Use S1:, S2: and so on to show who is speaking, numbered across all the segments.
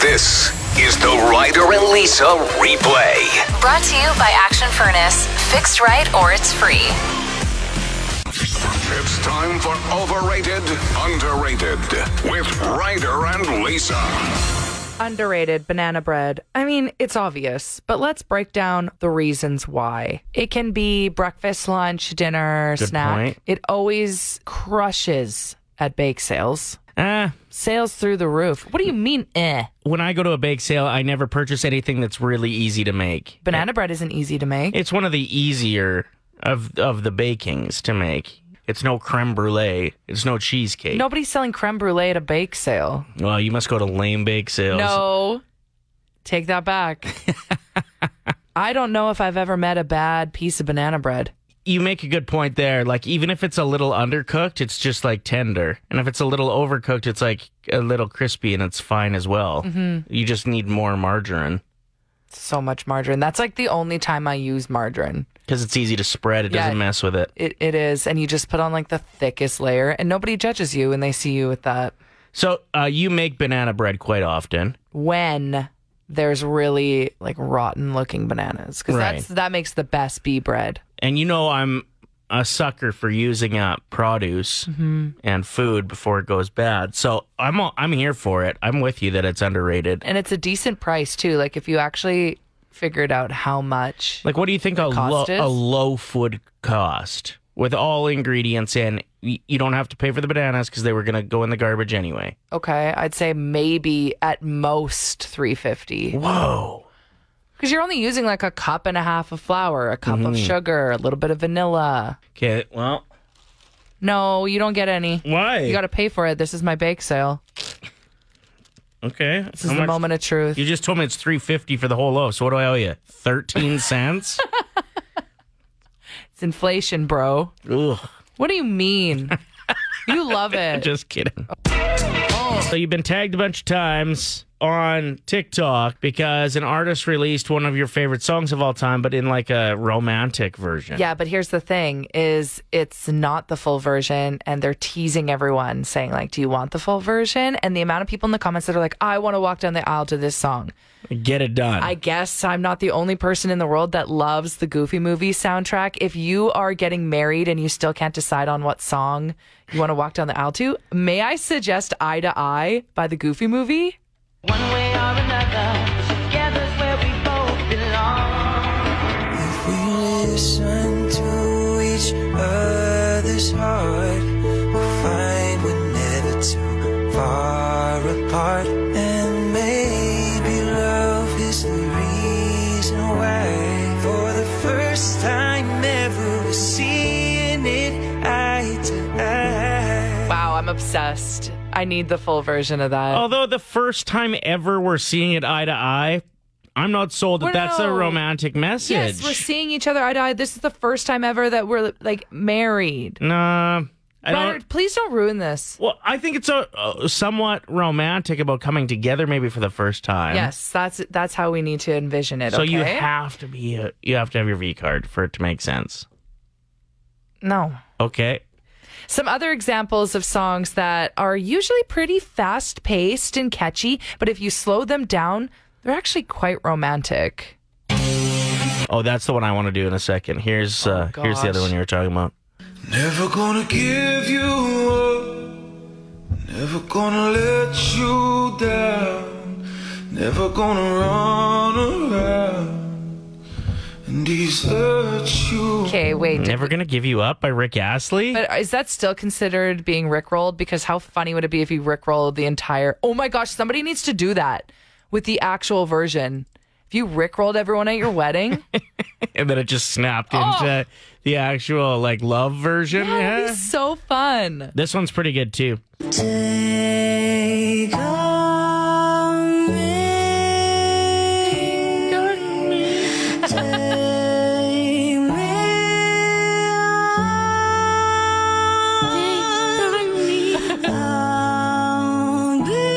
S1: This is the Ryder and Lisa replay.
S2: Brought to you by Action Furnace. Fixed right or it's free.
S1: It's time for Overrated, Underrated with Ryder and Lisa.
S3: Underrated banana bread. I mean, it's obvious, but let's break down the reasons why. It can be breakfast, lunch, dinner,
S4: Good
S3: snack.
S4: point.
S3: It always crushes at bake sales.
S4: Ah,
S3: Sales through the roof. What do you mean, eh?
S4: when I go to a bake sale, I never purchase anything that's really easy to make.
S3: Banana bread isn't easy to make.
S4: It's one of the easier of of the bakings to make. It's no creme brulee. It's no cheesecake.
S3: Nobody's selling creme brulee at a bake sale.
S4: Well, you must go to lame bake sales.
S3: No. Take that back. I don't know if I've ever met a bad piece of banana bread.
S4: You make a good point there. Like even if it's a little undercooked, it's just like tender, and if it's a little overcooked, it's like a little crispy, and it's fine as well. Mm-hmm. You just need more margarine
S3: So much margarine. That's like the only time I use margarine.
S4: because it's easy to spread. It
S3: Yeah.
S4: doesn't mess with it.
S3: It, it is. And you just put on like the thickest layer and nobody judges you when they see you with that.
S4: So uh, you make banana bread quite often.
S3: When there's really like rotten looking bananas. Because
S4: Right.
S3: that's that makes the best bee bread.
S4: and you know I'm a sucker for using up produce
S3: Mm-hmm.
S4: and food before it goes bad. So I'm all, I'm here for it. I'm with you that it's underrated.
S3: And it's a decent price too. Like if you actually figured out how much
S4: Like, what do you think a, lo-
S3: cost is?
S4: a loaf would cost with all ingredients in? Y- You don't have to pay for the bananas because they were gonna go in the garbage anyway.
S3: okay, I'd say maybe at most three fifty.
S4: Whoa.
S3: Because you're only using like a cup and a half of flour, a cup
S4: Mm-hmm.
S3: of sugar, a little bit of vanilla.
S4: Okay. Well,
S3: No, you don't get any.
S4: why?
S3: You got to pay for it. This is my bake sale.
S4: okay.
S3: This is the moment of truth.
S4: You just told me it's three fifty for the whole loaf. So what do I owe you? Thirteen cents.
S3: It's inflation, bro.
S4: Ugh.
S3: What do you mean? you love it.
S4: Just kidding. So you've been tagged a bunch of times on TikTok because an artist released one of your favorite songs of all time, but in like a romantic version.
S3: yeah, but here's the thing is it's not the full version and they're teasing everyone saying like, "Do you want the full version?" And the amount of people in the comments that are like, "I want to walk down the aisle to this song."
S4: Get it done.
S3: I guess I'm not the only person in the world that loves the Goofy movie soundtrack. If you are getting married and you still can't decide on what song you want to walk down the aisle to, may I suggest Eye to Eye by the Goofy movie?
S5: One way or another, together's where we both belong.
S6: We listen to each other's heart. We'll find we're never too far apart. And maybe love is the reason why. For the first time ever, we're seeing it eye to eye.
S3: Wow, I'm obsessed. I need the full version of that.
S4: Although the first time ever we're seeing it eye to eye, I'm not sold that
S3: Well,
S4: that's a
S3: no.
S4: romantic message.
S3: yes, we're seeing each other eye to eye. This is the first time ever that we're like married.
S4: nah. I
S3: Ryder,
S4: don't.
S3: please don't ruin this.
S4: Well, I think it's a, uh somewhat romantic about coming together, maybe for the first time.
S3: Yes, that's that's how we need to envision it.
S4: So you
S3: okay?
S4: have to be a, you have to have your V card for it to make sense.
S3: no.
S4: Okay.
S3: Some other examples of songs that are usually pretty fast paced and catchy, but if you slow them down, they're actually quite romantic.
S4: Oh, that's the one I want to do in a second. Here's uh, here's the other
S3: gosh.
S4: one you were talking about.
S6: Never gonna give you up. Never gonna let you down. Never gonna run around and desert you.
S3: Okay, wait. did-
S4: Never gonna give you up by Rick Astley.
S3: But is that still considered being rickrolled? Because how funny would it be if you rickrolled the entire. Oh my gosh, somebody needs to do that with the actual version. If you rickrolled everyone at your wedding,
S4: and then it just snapped
S3: Oh.
S4: into the actual like love version.
S3: that would
S4: Yeah.
S3: be so fun.
S4: This one's pretty good too.
S6: Take on me. Take me on. I'll be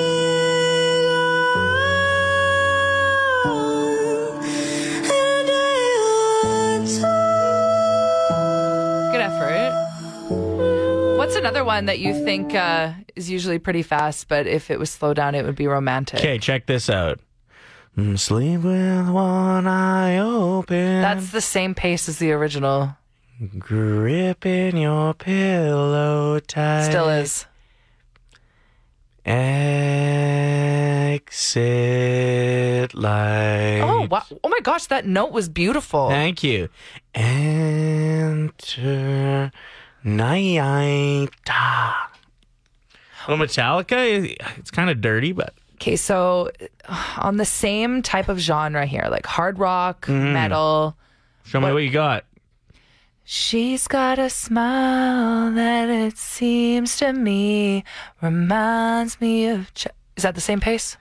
S6: yours. And I will
S3: Good effort. What's another another one that you think uh, is usually pretty fast, but if it was slowed down, it would be romantic.
S4: Okay, check this out. Mm, Sleep with one eye open.
S3: That's the same pace as the original.
S4: gripping your pillow tight.
S3: Still is.
S4: Exit light.
S3: Oh wow! Oh my gosh, that note was beautiful.
S4: Thank you. Enter night. Ah. Well, Metallica, it's kind of dirty, but
S3: Okay, so uh, on the same type of genre here, like hard rock, metal.
S4: show me what you got.
S3: She's got a smile that it seems to me reminds me of. Ch- is that the same pace?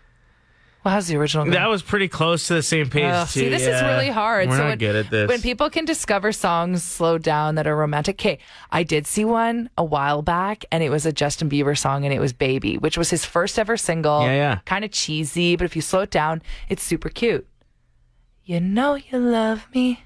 S3: Well, how's the original?
S4: That
S3: go?
S4: was pretty close to the same page.
S3: Ugh, see,
S4: too,
S3: this is
S4: yeah.
S3: really hard.
S4: We're
S3: so
S4: not
S3: when,
S4: good at this.
S3: when people can discover songs slowed down that are romantic, okay, I did see one a while back, and it was a Justin Bieber song, and it was "Baby," which was his first ever single.
S4: Yeah, yeah.
S3: Kind of cheesy, but if you slow it down, it's super cute. You know you love me.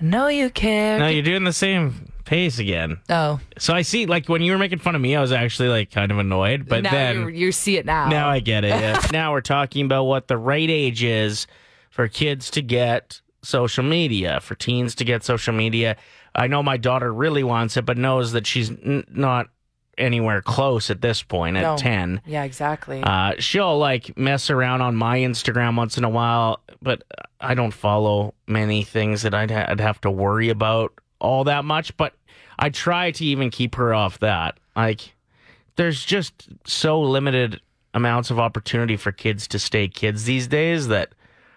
S3: I know you care.
S4: no, you're doing the same pace again.
S3: oh,
S4: So I see, like when you were making fun of me, I was actually like kind of annoyed, but
S3: now
S4: then
S3: you, you see it now.
S4: Now I get it. yeah. now we're talking about what the right age is for kids to get social media, for teens to get social media. I know my daughter really wants it, but knows that she's n- not anywhere close at this point at
S3: No.
S4: 10.
S3: Yeah, exactly.
S4: Uh, she'll like mess around on my Instagram once in a while, but I don't follow many things that I'd, ha- I'd have to worry about all that much. But I try to even keep her off that. Like, there's just so limited amounts of opportunity for kids to stay kids these days that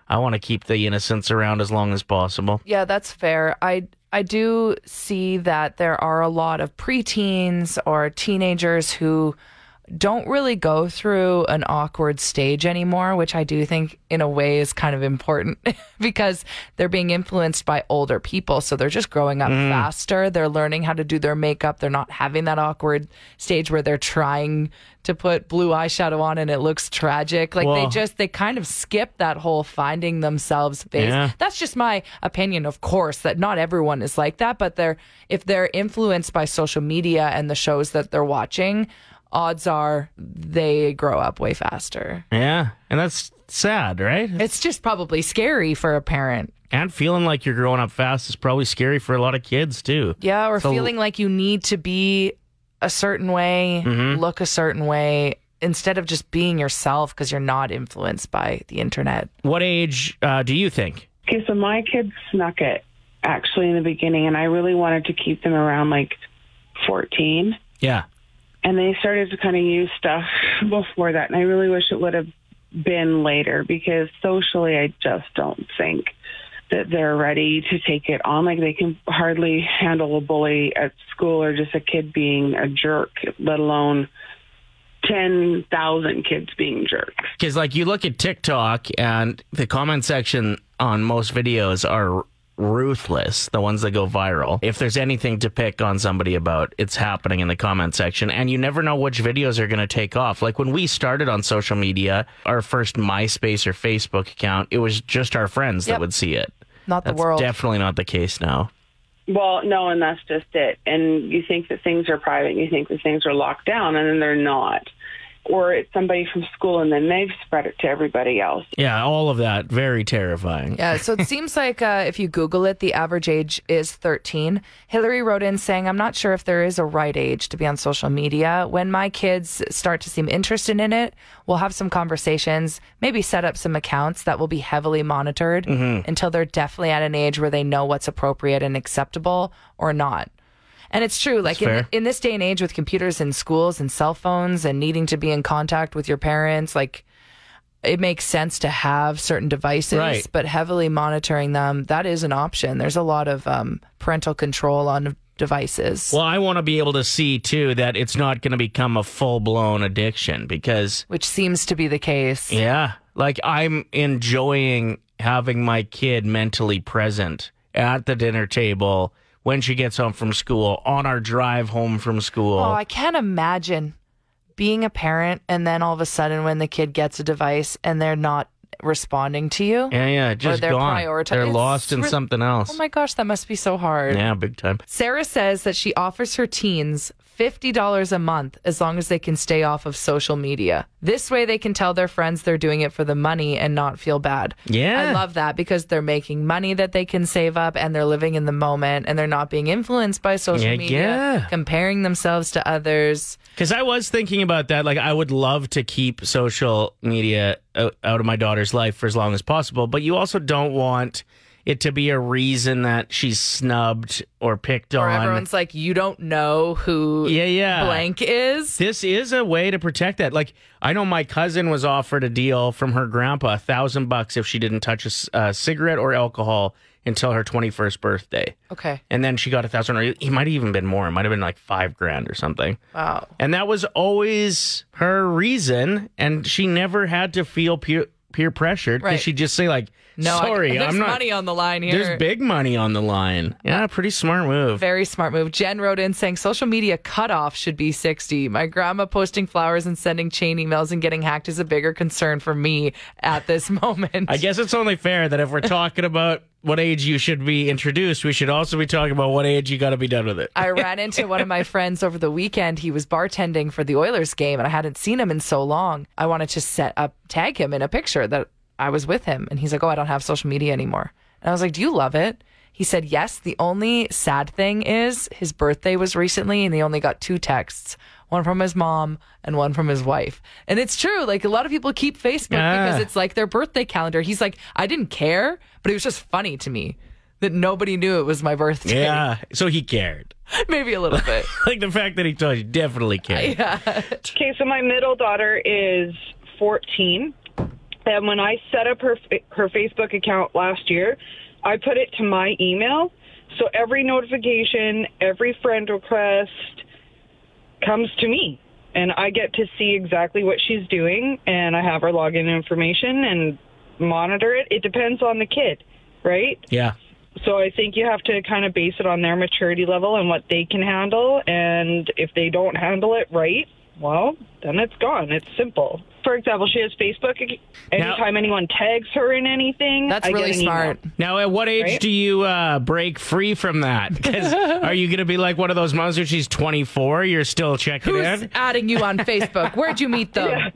S4: I want to keep the innocence around as long as possible.
S3: Yeah, that's fair. I I do see that there are a lot of preteens or teenagers who don't really go through an awkward stage anymore, which I do think in a way is kind of important because they're being influenced by older people. So they're just growing up faster. They're learning how to do their makeup. They're not having that awkward stage where they're trying to put blue eyeshadow on and it looks tragic. Like they
S4: Well-
S3: just, they kind of skip that whole finding themselves phase
S4: Yeah.
S3: that's just my opinion of course that not everyone is like that but they're if they're influenced by social media and the shows that they're watching odds are they grow up way faster
S4: Yeah. And that's sad, right?
S3: it's just probably scary for a parent
S4: And feeling like you're growing up fast is probably scary for a lot of kids, too.
S3: yeah or
S4: So-
S3: feeling like you need to be a certain way look a certain way instead of just being yourself because you're not influenced by the internet
S4: What age uh, do you think?
S7: Okay, so my kids snuck it actually in the beginning, and I really wanted to keep them around like 14.
S4: Yeah.
S7: And they started to kind of use stuff before that, and I really wish it would have been later because socially, I just don't think that they're ready to take it on. Like they can hardly handle a bully at school or just a kid being a jerk, let alone 10,000 kids being jerks.
S4: Because, like, you look at TikTok and the comment section on most videos are ruthless, the ones that go viral. If there's anything to pick on somebody about, it's happening in the comment section. And you never know which videos are going to take off. Like, when we started on social media, our first MySpace or Facebook account, it was just our friends
S3: Yep.
S4: that would see it.
S3: not
S4: That's
S3: the world
S4: definitely not the case now.
S7: Well, no, and that's just it. And you think that things are private, and you think that things are locked down, and then they're not. Or it's somebody from school, and then they've spread it to everybody else.
S4: Yeah, all of that, very terrifying.
S3: Yeah, so it seems like uh, if you Google it, the average age is 13. Hillary wrote in saying, I'm not sure if there is a right age to be on social media. When my kids start to seem interested in it, we'll have some conversations, maybe set up some accounts that will be heavily monitored
S4: Mm-hmm.
S3: until they're definitely at an age where they know what's appropriate and acceptable or not. And it's true. Like in,
S4: fair.
S3: in this day and age with computers in schools and cell phones and needing to be in contact with your parents, like it makes sense to have certain devices,
S4: Right.
S3: but heavily monitoring them, that is an option. There's a lot of um, parental control on devices,
S4: Well, I want to be able to see too that it's not going to become a full blown addiction because,
S3: which seems to be the case.
S4: yeah, like I'm enjoying having my kid mentally present at the dinner table when she gets home from school, on our drive home from school.
S3: Oh, I can't imagine being a parent and then all of a sudden when the kid gets a device and they're not responding to you.
S4: yeah, yeah, just
S3: they're Oh
S4: gone.
S3: prioriti-
S4: They're
S3: It's
S4: lost in
S3: re-
S4: something else.
S3: Oh my gosh, that must be so hard.
S4: yeah, big time.
S3: Sarah says that she offers her teens $50 a month as long as they can stay off of social media. This way they can tell their friends they're doing it for the money and not feel bad.
S4: Yeah.
S3: I love that because they're making money that they can save up and they're living in the moment and they're not being influenced by social
S4: Yeah,
S3: media,
S4: yeah.
S3: comparing themselves to others.
S4: Because I was thinking about that. Like, I would love to keep social media o- out of my daughter's life for as long as possible, but you also don't want it to be a reason that she's snubbed or picked
S3: Or
S4: on.
S3: everyone's like, you don't know who
S4: Oh, yeah, yeah.
S3: blank is.
S4: This is a way to protect that. Like, I know my cousin was offered a deal from her grandpa, a thousand bucks if she didn't touch a c- a cigarette or alcohol until her 21st birthday.
S3: Okay.
S4: And then she got a thousand, or he might have even been more. It might have been like five grand or something.
S3: Wow.
S4: And that was always her reason. And she never had to feel peer, peer pressured.
S3: Right.
S4: because She'd just say, like,
S3: No, I-
S4: sorry,
S3: there's
S4: I'm not.
S3: money on the line here.
S4: there's big money on the line. Yeah, pretty smart move.
S3: Very smart move. Jen wrote in saying social media cutoff should be 60. My grandma posting flowers and sending chain emails and getting hacked is a bigger concern for me at this moment.
S4: I guess it's only fair that if we're talking about what age you should be introduced, we should also be talking about what age you got to be done with it.
S3: I ran into one of my friends over the weekend. He was bartending for the Oilers game, and I hadn't seen him in so long. I wanted to set up, tag him in a picture that I was with him. And he's like, Oh, I don't have social media anymore. And I was like, Do you love it? He said, Yes. The only sad thing is his birthday was recently, and he only got two texts one from his mom and one from his wife. And it's true. Like, a lot of people keep Facebook
S4: Yeah.
S3: because it's like their birthday calendar. He's like, I didn't care, but it was just funny to me that nobody knew it was my birthday.
S4: yeah. So he cared.
S3: Maybe a little bit.
S4: Like the fact that he told you definitely cared.
S8: Okay, so my middle daughter is 14, and when I set up her fa- her Facebook account last year, I put it to my email, so every notification, every friend request comes to me, and I get to see exactly what she's doing, and I have her login information and monitor it. It depends on the kid, right?
S4: Yeah.
S8: So I think you have to kind of base it on their maturity level and what they can handle. And if they don't handle it right, well, then it's gone. It's simple. For example, she has Facebook. Anytime anyone tags her in anything,
S3: That's
S8: I get
S3: really
S8: an email.
S3: smart.
S4: Now, at what age
S8: Right?
S4: do you uh, break free from that? 'Cause are you going to be like one of those moms where she's 24, you're still checking
S3: Who's
S4: in?
S3: adding you on Facebook? Where'd you meet them?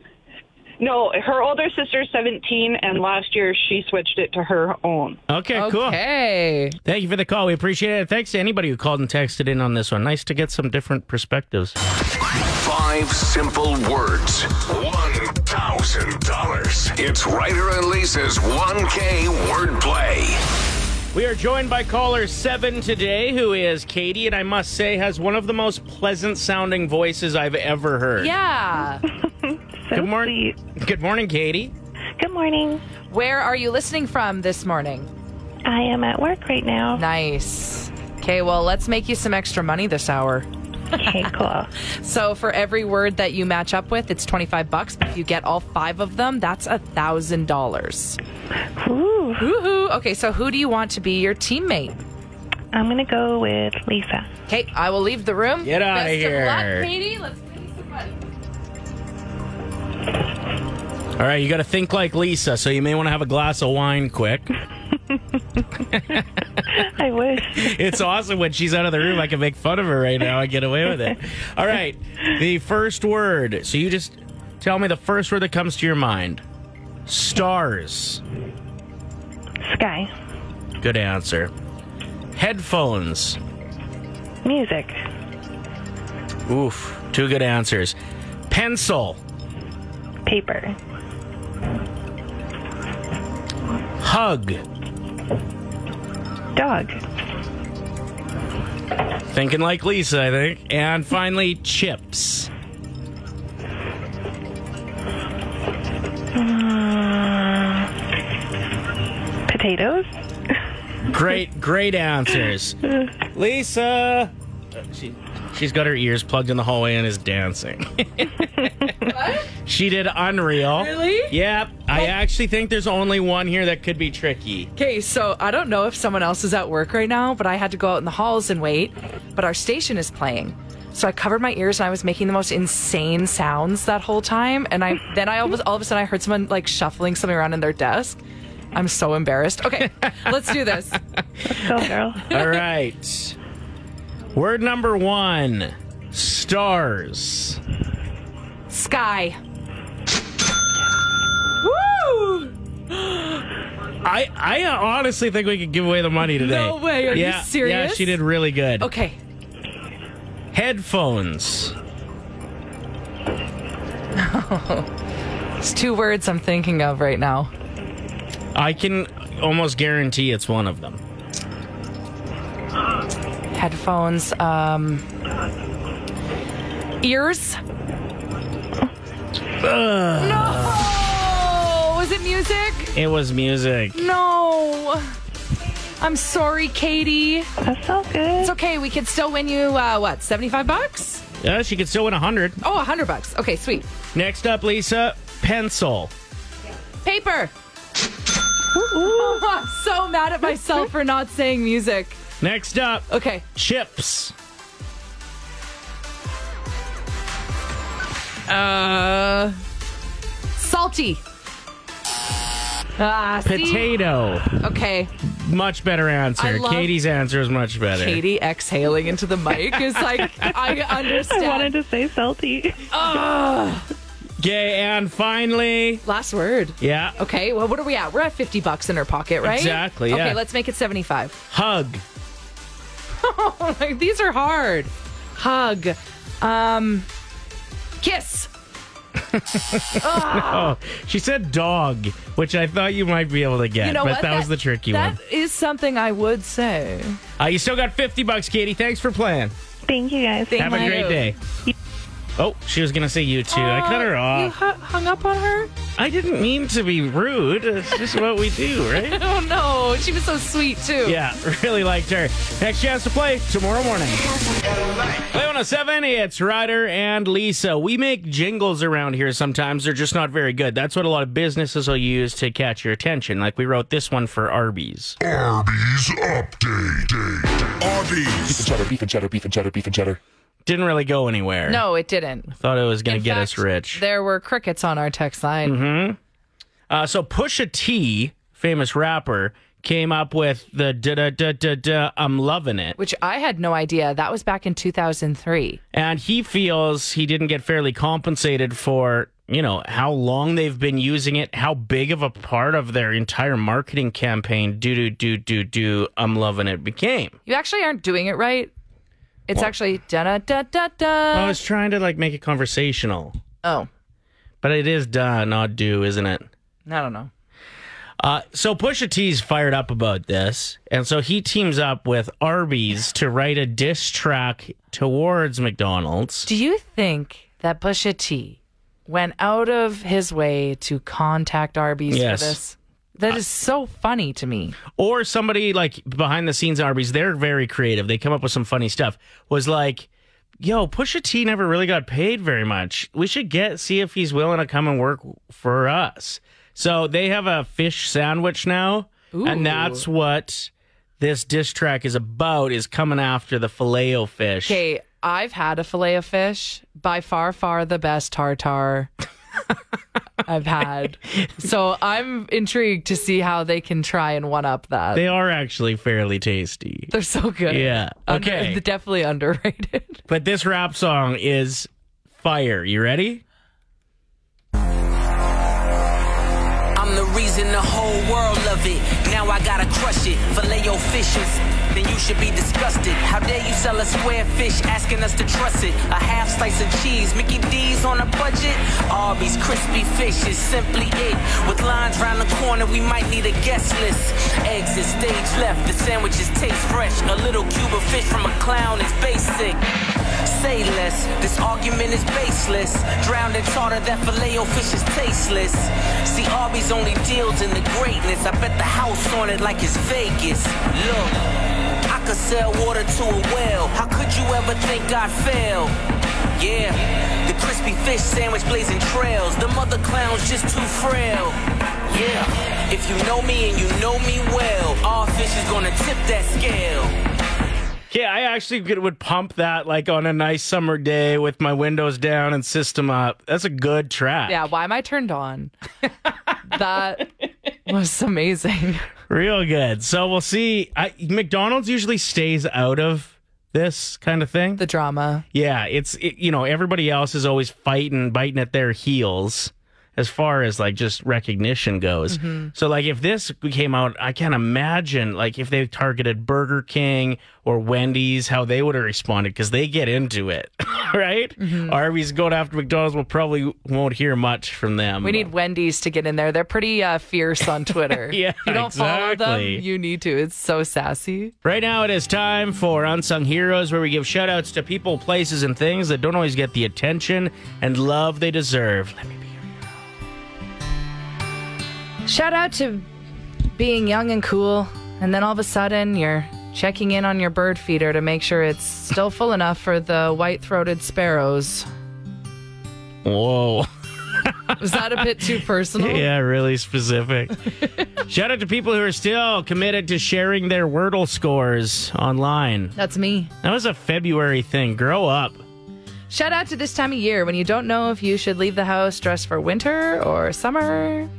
S8: No, her older sister's 17, and last year she switched it to her own.
S4: Okay, cool.
S3: Okay.
S4: Thank you for the call. We appreciate it. Thanks to anybody who called and texted in on this one. Nice to get some different perspectives.
S1: Five simple words, $1,000. It's Ryder and Lisa's 1K wordplay.
S4: We are joined by caller seven today, who is Katie, and I must say has one of the most pleasant sounding voices I've ever heard.
S3: Yeah.
S4: Good morning. Good morning, Katie.
S9: Good morning.
S3: Where are you listening from this morning?
S9: I am at work right now.
S3: Nice. Okay, well, let's make you some extra money this hour.
S9: Okay, cool.
S3: So for every word that you match up with, it's 25 bucks. But if you get all 5 of them, that's a $1,000.
S9: Ooh,
S3: Woohoo. Okay, so who do you want to be your teammate?
S9: I'm going to go with Lisa.
S3: Okay, I will leave the room.
S4: Get outta
S3: Best
S4: here.
S3: Of luck, Katie. Let's give you some money.
S4: All right, you got to think like Lisa, so you may want to have a glass of wine quick.
S9: I wish.
S4: it's awesome when she's out of the room. I can make fun of her right now and get away with it. All right, the first word. So you just tell me the first word that comes to your mind. Stars.
S9: Sky.
S4: Good answer. Headphones.
S9: Music.
S4: Oof, two good answers. Pencil.
S9: Paper.
S4: Hug.
S9: Dog.
S4: Thinking like Lisa, I think. And finally, chips.
S9: Potatoes.
S4: Great, great answers. Lisa. She, she's got her ears plugged in the hallway and is dancing. She did Unreal.
S3: Really?
S4: Yep. I actually think there's only one here that could be tricky.
S3: Okay, so I don't know if someone else is at work right now, but I had to go out in the halls and wait. But our station is playing. So I covered my ears and I was making the most insane sounds that whole time. And I then I all of, a- all of a sudden I heard someone like shuffling something around in their desk. I'm so embarrassed. Okay, let's do this.
S9: Let's go, girl.
S4: All right. Word number one stars.
S3: Sky.
S4: I I honestly think we could give away the money today.
S3: No way, are you
S4: yeah, Yeah,
S3: serious?
S4: she did really good.
S3: Okay.
S4: Headphones.
S3: It's two words I'm thinking of right now.
S4: I can almost guarantee it's one of them.
S3: Headphones, um ears. No! Was it music?
S4: It was music.
S3: No. I'm sorry, Katie.
S9: That's all good.
S3: It's okay. We could still win you uh, what, 75 bucks?
S4: Yeah, Uh, she could still win a hundred.
S3: Oh, 100 bucks. Okay, sweet.
S4: Next up, Lisa, pencil.
S3: Paper. Oh, I'm so mad at myself for not saying music.
S4: Next up,
S3: Okay.
S4: chips.
S3: Uh, salty. Ah, see?
S4: Potato.
S3: Okay,
S4: Much better
S3: I
S4: answer.
S3: love-
S4: Katie's answer is much better.
S3: Katie exhaling into the mic is like I understand.
S9: I wanted to say salty.
S4: Okay, and finally,
S3: Last word.
S4: yeah,
S3: Okay, well, what are we at? We're at 50 bucks in her pocket, right?
S4: Exactly, yeah.
S3: Okay, let's make it 75.
S4: hug.
S3: like, these are hard. Hug. Um, kiss.
S4: Oh, she said dog, which I thought you might be able to get,
S3: You know
S4: but
S3: what?
S4: that, was the tricky one.
S3: That is something I would say.
S4: Uh, you still got 50 bucks, Katie. Thanks for playing.
S9: Thank you guys.
S3: Thank
S4: Have a
S3: you.
S4: great day. Oh, she was going to say you too. I cut her
S3: Uh, You
S4: off.
S3: hu- hung up on her?
S4: I didn't mean to be rude. It's just what we do, right?
S3: Oh, no. She was so sweet, too.
S4: Yeah, really liked her. Next chance to play tomorrow morning. Play 107, it's Ryder and Lisa. We make jingles around here sometimes. They're just not very good. That's what a lot of businesses will use to catch your attention. Like we wrote this one for Arby's.
S1: Arby's update. Arby's.
S10: cheddar, beef and cheddar, beef and cheddar, beef and cheddar.
S4: didn't really go anywhere.
S3: No, it didn't.
S4: Thought it was going
S3: In
S4: to get us
S3: fact,
S4: rich.
S3: There were crickets on our text line.
S4: Mm-hmm. uh, so Pusha T, famous rapper, came up with the da da da da da. I'm loving it,
S3: which I had no idea. That was back in 2003.
S4: and he feels he didn't get fairly compensated for you know how long they've been using it, how big of a part of their entire marketing campaign. Do do do do do. I'm loving it became.
S3: You actually aren't doing it right. It's actually da da da da.
S4: I was trying to like make it conversational,
S3: Oh,
S4: but it is da not do, isn't it?
S3: I don't know.
S4: Uh, so Pusha T's fired up about this, and so he teams up with Arby's to write a diss track towards McDonald's.
S3: Do you think that Pusha T went out of his way to contact Arby's
S4: Yes.
S3: for this? That is so funny to me.
S4: Or somebody like behind the scenes at Arby's, they're very creative. They come up with some funny stuff. Was like, yo, Pusha T never really got paid very much. We should get see if he's willing to come and work for us. So they have a fish sandwich now, and that's what this diss track is about. Is coming after the filet o fish.
S3: Okay, I've had a fillet of fish, by far, far the best tartar I've had. So I'm intrigued to see how they can try and one up that.
S4: They are actually fairly tasty.
S3: They're so good.
S4: Yeah.
S3: Under-
S4: Okay.
S3: definitely underrated.
S4: But this rap song is fire. You ready?
S5: I'm the reason the whole world love it. Now I gotta crush it. Filet your fishes. Then you should be disgusted. How dare you sell a square fish asking us to trust it? A half slice of cheese, Mickey D's on a budget. Arby's crispy fish is simply it. With lines round the corner, we might need a guest list. Exit stage left, the sandwiches taste fresh. A little cube of fish from a clown is basic. Say less, this argument is baseless. Drowned in tartar, that filet fish is tasteless. See, Arby's only deals in the greatness. I bet the house on it like it's Vegas. Look, I could sell water to a well. How could you ever think I'd fail? Yeah, the crispy fish sandwich blazing trails. The mother clown's just too frail. Yeah, if you know me and you know me well, all fish is gonna tip that scale.
S4: Yeah, I actually could, would pump that like on a nice summer day with my windows down and system up. That's a good track.
S3: Yeah, why am I turned on? that was amazing.
S4: Real good. So we'll see. I, McDonald's usually stays out of this kind of thing.
S3: The drama.
S4: Yeah, it's it, you know everybody else is always fighting, biting at their heels as far as like just recognition goes.
S3: Mm-hmm.
S4: So like if this came out, I can't imagine like if they targeted Burger King or Wendy's, how they would have responded because they get into it, right?
S3: Mm-hmm.
S4: Arby's going after McDonald's will probably won't hear much from them.
S3: We need Wendy's to get in there. They're pretty uh, fierce on Twitter.
S4: Yeah,
S3: you don't follow
S4: exactly.
S3: them, you need to. It's so sassy.
S4: Right now, it is time for Unsung Heroes, where we give shout outs to people, places, and things that don't always get the attention and love they deserve. Let me be your
S3: Shout out to being young and cool, and then all of a sudden you're checking in on your bird feeder to make sure it's still full enough for the white throated sparrows.
S4: Whoa.
S3: Was that a bit too personal?
S4: Yeah, really specific. Shout out to people who are still committed to sharing their Wordle scores online.
S3: That's me.
S4: That was a February thing. Grow up.
S3: Shout out to this time of year when you don't know if you should leave the house dressed for winter or summer.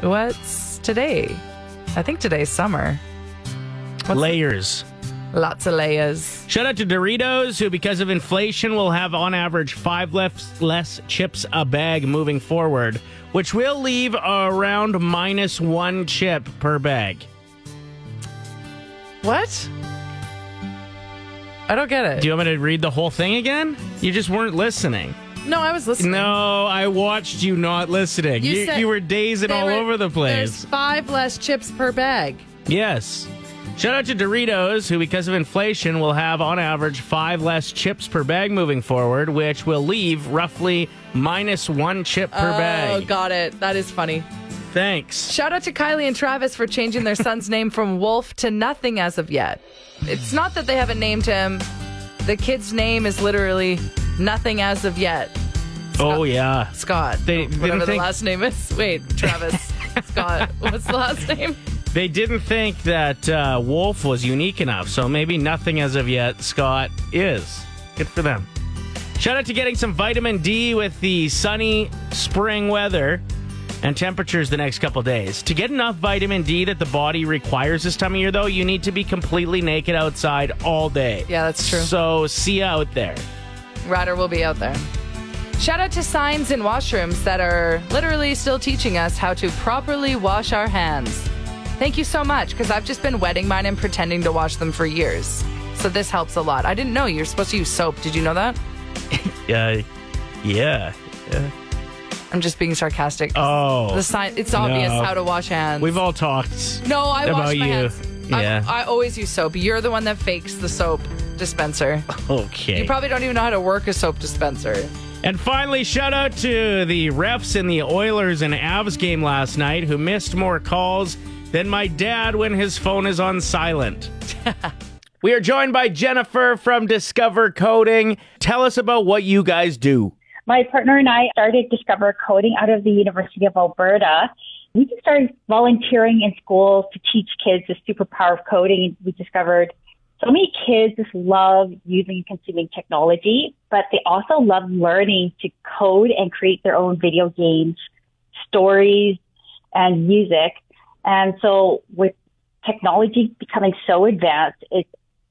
S3: What's today? I think today's summer.
S4: Layers.
S3: Lots of layers.
S4: Shout out to Doritos, who, because of inflation, will have on average five less, less chips a bag moving forward, which will leave around minus one chip per bag.
S3: What? I don't get it.
S4: Do you want me to read the whole thing again? You just weren't listening.
S3: no, I was listening.
S4: No, I watched you not listening. You, you,
S3: said-
S4: were dazing
S3: They
S4: all
S3: were-
S4: over the place.
S3: There's five less chips per bag.
S4: Yes. Shout out to Doritos, who, because of inflation, will have on average five less chips per bag moving forward, which will leave roughly minus one chip per
S3: Oh,
S4: bag.
S3: got it. That is funny.
S4: Thanks.
S3: Shout out to Kylie and Travis for changing their son's name from Wolf to nothing as of yet. It's not that they haven't named him. The kid's name is literally nothing as of yet.
S4: Oh, yeah.
S3: Scott.
S4: They
S3: whatever
S4: didn't
S3: the
S4: think-
S3: last name is. Wait, Travis. Scott. What's the last name?
S4: They didn't think that uh, Wolf was unique enough, so maybe nothing as of yet. Scott is. Good for them. Shout out to getting some vitamin D with the sunny spring weather and temperatures the next couple days. To get enough vitamin D that the body requires this time of year, though, you need to be completely naked outside all day.
S3: Yeah, that's true.
S4: So see you out there.
S3: Ryder will be out there. Shout out to signs in washrooms that are literally still teaching us how to properly wash our hands. Thank you so much, because I've just been wetting mine and pretending to wash them for years. So this helps a lot. I didn't know you're supposed to use soap. Did you know that?
S4: Yeah. Yeah.
S3: I'm just being sarcastic.
S4: Oh.
S3: the sign, it's obvious
S4: No.
S3: how to wash hands.
S4: We've all talked.
S3: no, I wash my
S4: about you.
S3: hands. I-
S4: Yeah.
S3: I, always use soap. You're the one that fakes the soap dispenser.
S4: Okay.
S3: You probably don't even know how to work a soap dispenser.
S4: And finally, shout out to the refs in the Oilers and Avs game last night who missed more calls than my dad when his phone is on silent. we are joined by Jennifer from Discover Coding. Tell us about what you guys do.
S11: My partner and I started Discover Coding out of the University of Alberta. We just started volunteering in schools to teach kids the superpower of coding. We discovered so many kids just love using and consuming technology, but they also love learning to code and create their own video games, stories, and music. And so with technology becoming so advanced, it's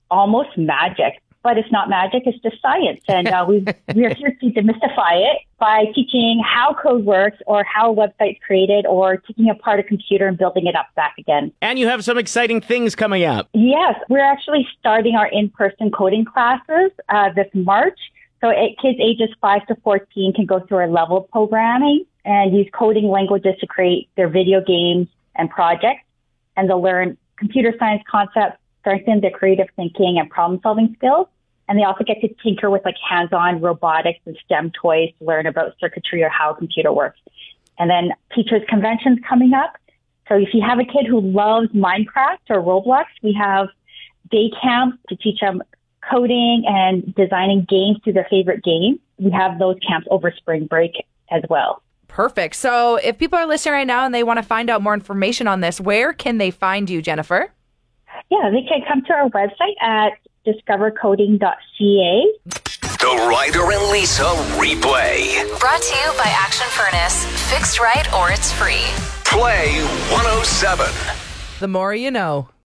S11: almost magic, but it's not magic. It's just science. And uh, we, we are here to demystify it by teaching how code works or how a website's created or taking apart a computer and building it up back again.
S4: And you have some exciting things coming up.
S11: Yes, we're actually starting our in-person coding classes uh, this March. So it, kids ages 5 to 14 can go through our level of programming and use coding languages to create their video games and projects. And they'll learn computer science concepts, strengthen their creative thinking and problem-solving skills. And they also get to tinker with like hands-on robotics and STEM toys to learn about circuitry or how a computer works. And then teachers conventions coming up. So if you have a kid who loves Minecraft or Roblox, we have day camps to teach them coding and designing games to their favorite game. We have those camps over spring break as well.
S3: Perfect. So if people are listening right now and they want to find out more information on this, where can they find you, Jennifer?
S11: Yeah, they can come to our website at discovercoding.ca
S1: The Ryder and Lisa replay.
S2: Brought to you by Action Furnace. Fixed right or it's free.
S1: Play 107.
S3: The more you know.